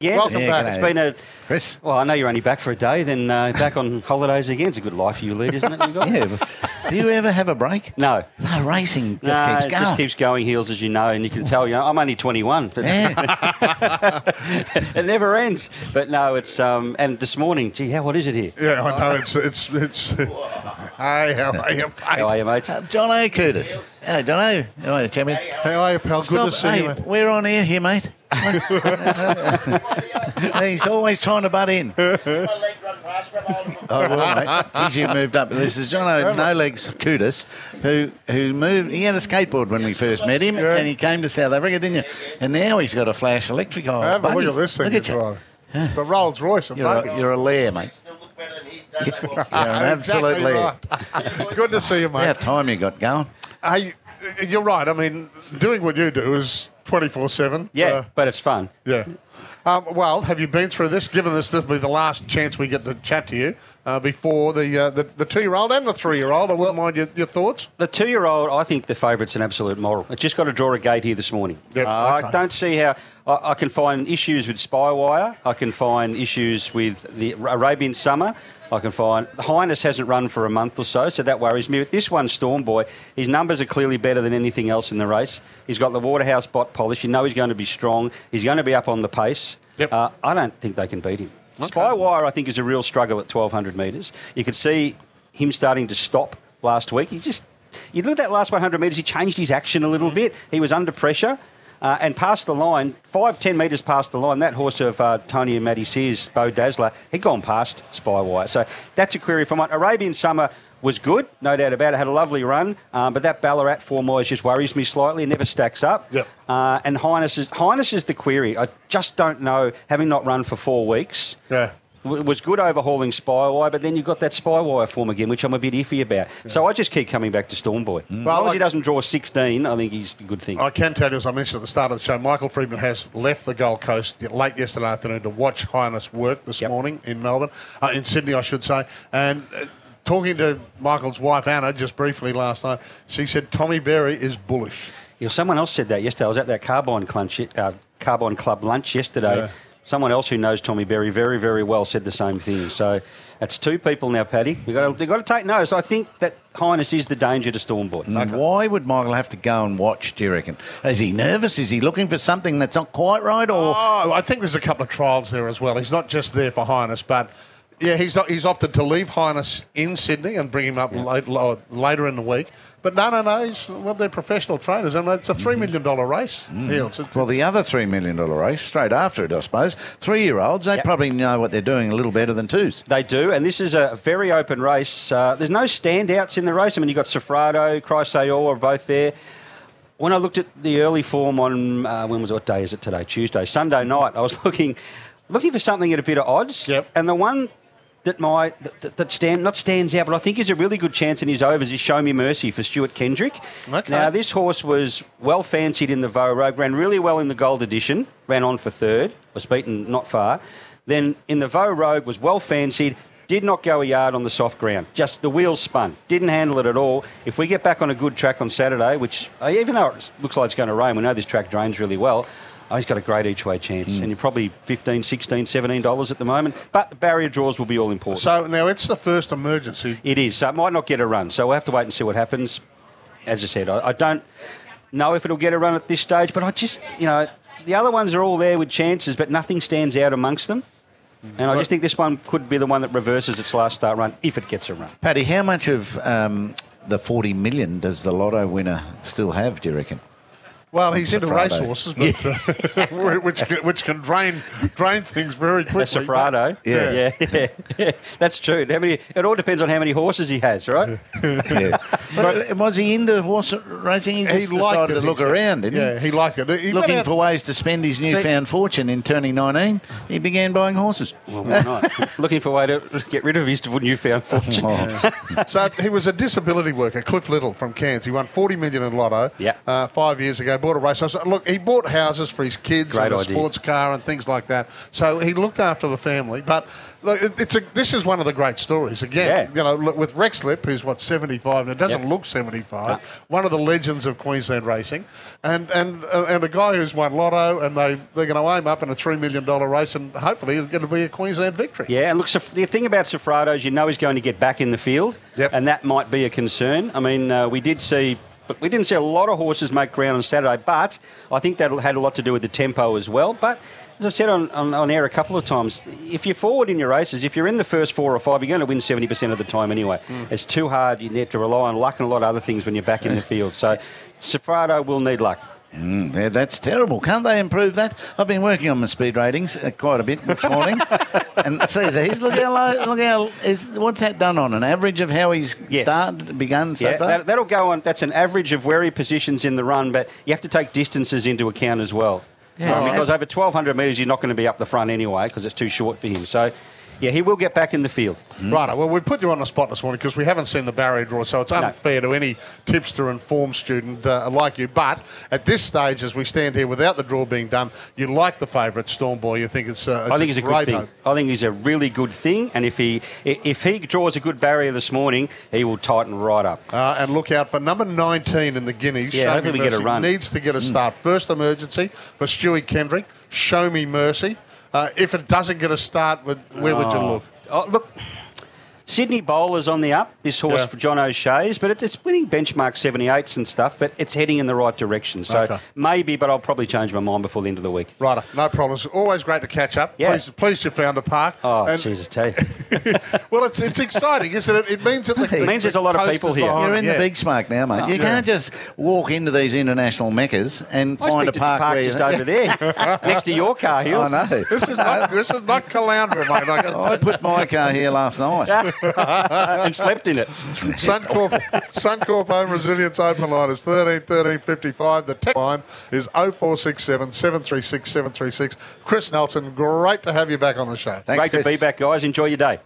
Yeah, Welcome Yeah, back. It's been a Chris. well. I know you're only back for a day, then uh, back on holidays again. It's a good life you lead, isn't it? you got? Yeah. but Do you ever have a break? No, No, racing just no, keeps it going. just keeps going heels, as you know, and you can tell. You know, I'm only 21. But yeah. it never ends. But no, it's um. And this morning, gee, how what is it here? Yeah, I know. It's it's it's. Hi, how are you? How Mate? are you, mate? Uh, John O. Curtis. Hey, John O. How are you, champion? How are you, pal? Good to see hey, you. mate. We're on air here, mate. He's always trying to butt in. oh, well, mate. Geez, you moved up. This is John O. No Legs Kudis, who who moved. He had a skateboard when we first met him, Yeah. and he came to South Africa, didn't you? And now he's got a flash electric. Oh, Have a look at this thing. Look at you you. drive. The Rolls Royce. You're a, you're a lair, mate. Still look better than he does. They won't. You're an absolute absolutely lair. Good to see you, How Ah, mate. time you got going? Hey, you're right. I mean, doing what you do is 24 seven. uh, Yeah, uh, but it's fun. Yeah. Um, well, have you been through this? Given this, this will be the last chance we get to chat to you uh, before the, uh, the the two-year-old and the three-year-old. I wouldn't mind your, your thoughts. The two-year-old, I think the favourite's an absolute moral. It just got to draw a gate here this morning. Yep, Uh, okay. I don't see how I, I can find issues with Spywire. I can find issues with the Arabian Summer. I can find Highness hasn't run for a month or so, so that worries me. But this one, Storm Boy, his numbers are clearly better than anything else in the race. He's got the Waterhouse bot polish. You know he's going to be strong. He's going to be up on the pace. Yep. Uh, I don't think they can beat him. Spywire, I think, is a real struggle at 1,200 metres. You could see him starting to stop last week. He just, you look at that last 100 metres, he changed his action a little bit. He was under pressure uh, and past the line, five, 10 metres past the line, that horse of uh, Tony and Matty Sears, Bo Dazzler, he'd gone past Spywire. So that's a query for mine. Arabian Summer was good, no doubt about it, had a lovely run, um, but that Ballarat four miles just worries me slightly. It never stacks up. Yep. Uh, and Highness is, Highness is the query. I just don't know, having not run for four weeks. Yeah. w- was good overhauling Spywire, but then you've got that Spywire form again, which I'm a bit iffy about. So I just keep coming back to Stormboy. as Mm. Well, long as I- he doesn't draw 16, I think he's a good thing. I can tell you, as I mentioned at the start of the show, Michael Friedman has left the Gold Coast late yesterday afternoon to watch Highness work this Yep. morning in Melbourne, uh, in Sydney, I should say. And uh, talking to Michael's wife, Anna, just briefly last night, she said Tommy Berry is bullish. Yeah, someone else said that yesterday. I was at that Carbon, clunch, uh, Carbon Club lunch yesterday. Yeah. Someone else who knows Tommy Berry very, very well said the same thing. So that's two people now, Paddy. We've got to, we've got to take notice. I think that Highness is the danger to Stormboy. And Why would Michael have to go and watch, do you reckon? Is he nervous? Is he looking for something that's not quite right? Or Oh, I think there's a couple of trials there as well. He's not just there for Highness, but yeah, he's not, he's opted to leave Highness in Sydney and bring him up late, lo- later in the week. But no, no, no. He's, well, they're professional trainers, and it's a three million dollar race. Neil. It's- it's- Well, the other $3 million race, straight after it, I suppose, three year olds, they Yep. probably know what they're doing a little better than twos. They do, and this is a very open race. Uh, there's no standouts in the race. I mean, you've got Sofrado, Chrysaor are both there. When I looked at the early form on, uh, when was it, what day is it today? Tuesday, Sunday night, I was looking looking for something at a bit of odds. Yep. And the one that my that, that stand not stands out, but I think is a really good chance in his overs is Show Me Mercy for Stuart Kendrick. Okay. Now this horse was well fancied in the Vaux Rogue, ran really well in the Gold Edition, ran on for third, was beaten not far. Then in the Vaux Rogue was well fancied, did not go a yard on the soft ground. Just the wheels spun, didn't handle it at all. If we get back on a good track on Saturday, which uh, even though it looks like it's going to rain, we know this track drains really well. Oh, he's got a great each way chance, and you're probably 15 16 $17 at the moment. But the barrier draws will be all important. so now it's the first emergency. It is. So it might not get a run. So we'll have to wait and see what happens. As I said, I, I don't know if it'll get a run at this stage, but I just, you know, the other ones are all there with chances, but nothing stands out amongst them. And I just think this one could be the one that reverses its last start run if it gets a run. Paddy, how much of um, the 40 million does the lotto winner still have, do you reckon? Well, he's into Sofrado. racehorses, but uh, which can, which can drain drain things very quickly. That's Sofrado. Yeah. yeah, yeah. That's true. How many? It all depends on how many horses he has, right? Yeah. but uh, was he into horse racing? He But just decided to look He said- around, didn't yeah, he? he liked it. He went Looking out- for ways to spend his newfound fortune in turning 19, he began buying horses. Well, why not? Looking for a way to get rid of his newfound fortune. Oh. So he was a disability worker, Cliff Little from Cairns. He won 40 million in lotto Yeah. uh, five years ago, bought a race. horse. Look, he bought houses for his kids Great and a idea. sports car and things like that. So he looked after the family. But Look, it- it's a, this is one of the great stories. Again, Yeah. you know, look, with Rex Lip, who's what seventy five, and it doesn't Yep. look seventy five. One of the legends of Queensland racing, and and uh, and a guy who's won Lotto, and they they're going to aim up in a three million dollar race, and hopefully it's going to be a Queensland victory. Yeah, and look, Saf- the thing about Safrado is you know he's going to get back in the field, Yep. and that might be a concern. I mean, uh, we did see, but we didn't see a lot of horses make ground on Saturday, but I think that had a lot to do with the tempo as well. But as I've said on, on, on air a couple of times, if you're forward in your races, if you're in the first four or five, you're going to win 70% of the time anyway. It's too hard. You need to rely on luck and a lot of other things when you're back in the field. So Safrado will need luck. Mm, yeah, that's terrible. Can't they improve that? I've been working on my speed ratings uh, quite a bit this morning, and see these. Look how low. Look how is what's that done on an average of how he's Yes. started begun so yeah, far? that, that'll go on. That's an average of where he positions in the run, but you have to take distances into account as well. Yeah. Um, because over 1,200 metres, you're not going to be up the front anyway because it's too short for him. So, yeah, he will get back in the field. Right, well, we've put you on the spot this morning because we haven't seen the barrier draw, so it's unfair to any tipster and form student uh, like you. But at this stage, as we stand here, without the draw being done, you like the favourite Storm Boy. You think it's, uh, it's I think he's a good great thing. hope. I think he's a really good thing. And if he i- if he draws a good barrier this morning, he will tighten right up. Uh, and look out for number 19 in the Guineas. Yeah, Show hopefully Me we get a Mercy run. Mm. Needs to get a start. First emergency for Stewie Kendrick. Show me mercy. Uh, if it doesn't get a start, would- where would you look? Oh, look, Sydney Bowler's on the up, this horse Yeah. for John O'Shea's, but it- it's winning benchmark 78s and stuff, but it's heading in the right direction. So Okay. maybe, but I'll probably change my mind before the end of the week. Righto, no problems. Always great to catch up. Yeah. Pleased, pleased you found a park. Oh, And- Jesus, tell you. well, it's it's exciting, isn't it? It means that the, It means there's a lot of coast people is here. behind You're it, in yeah. the big smoke now, Oh, mate. you can't just walk into these international meccas and I find a speak to park, the park where just over there, next to your car, Hills. I know. This is not this is not Caloundra, mate. I I put my car here last night. and slept in it. Suncorp Suncorp Home Resilience Open Line is 13 13 55. The tech line is 0467 736 736. Chris Nelson, great to have you back on the show. Thanks, Great to Chris. be back, guys. Enjoy your day.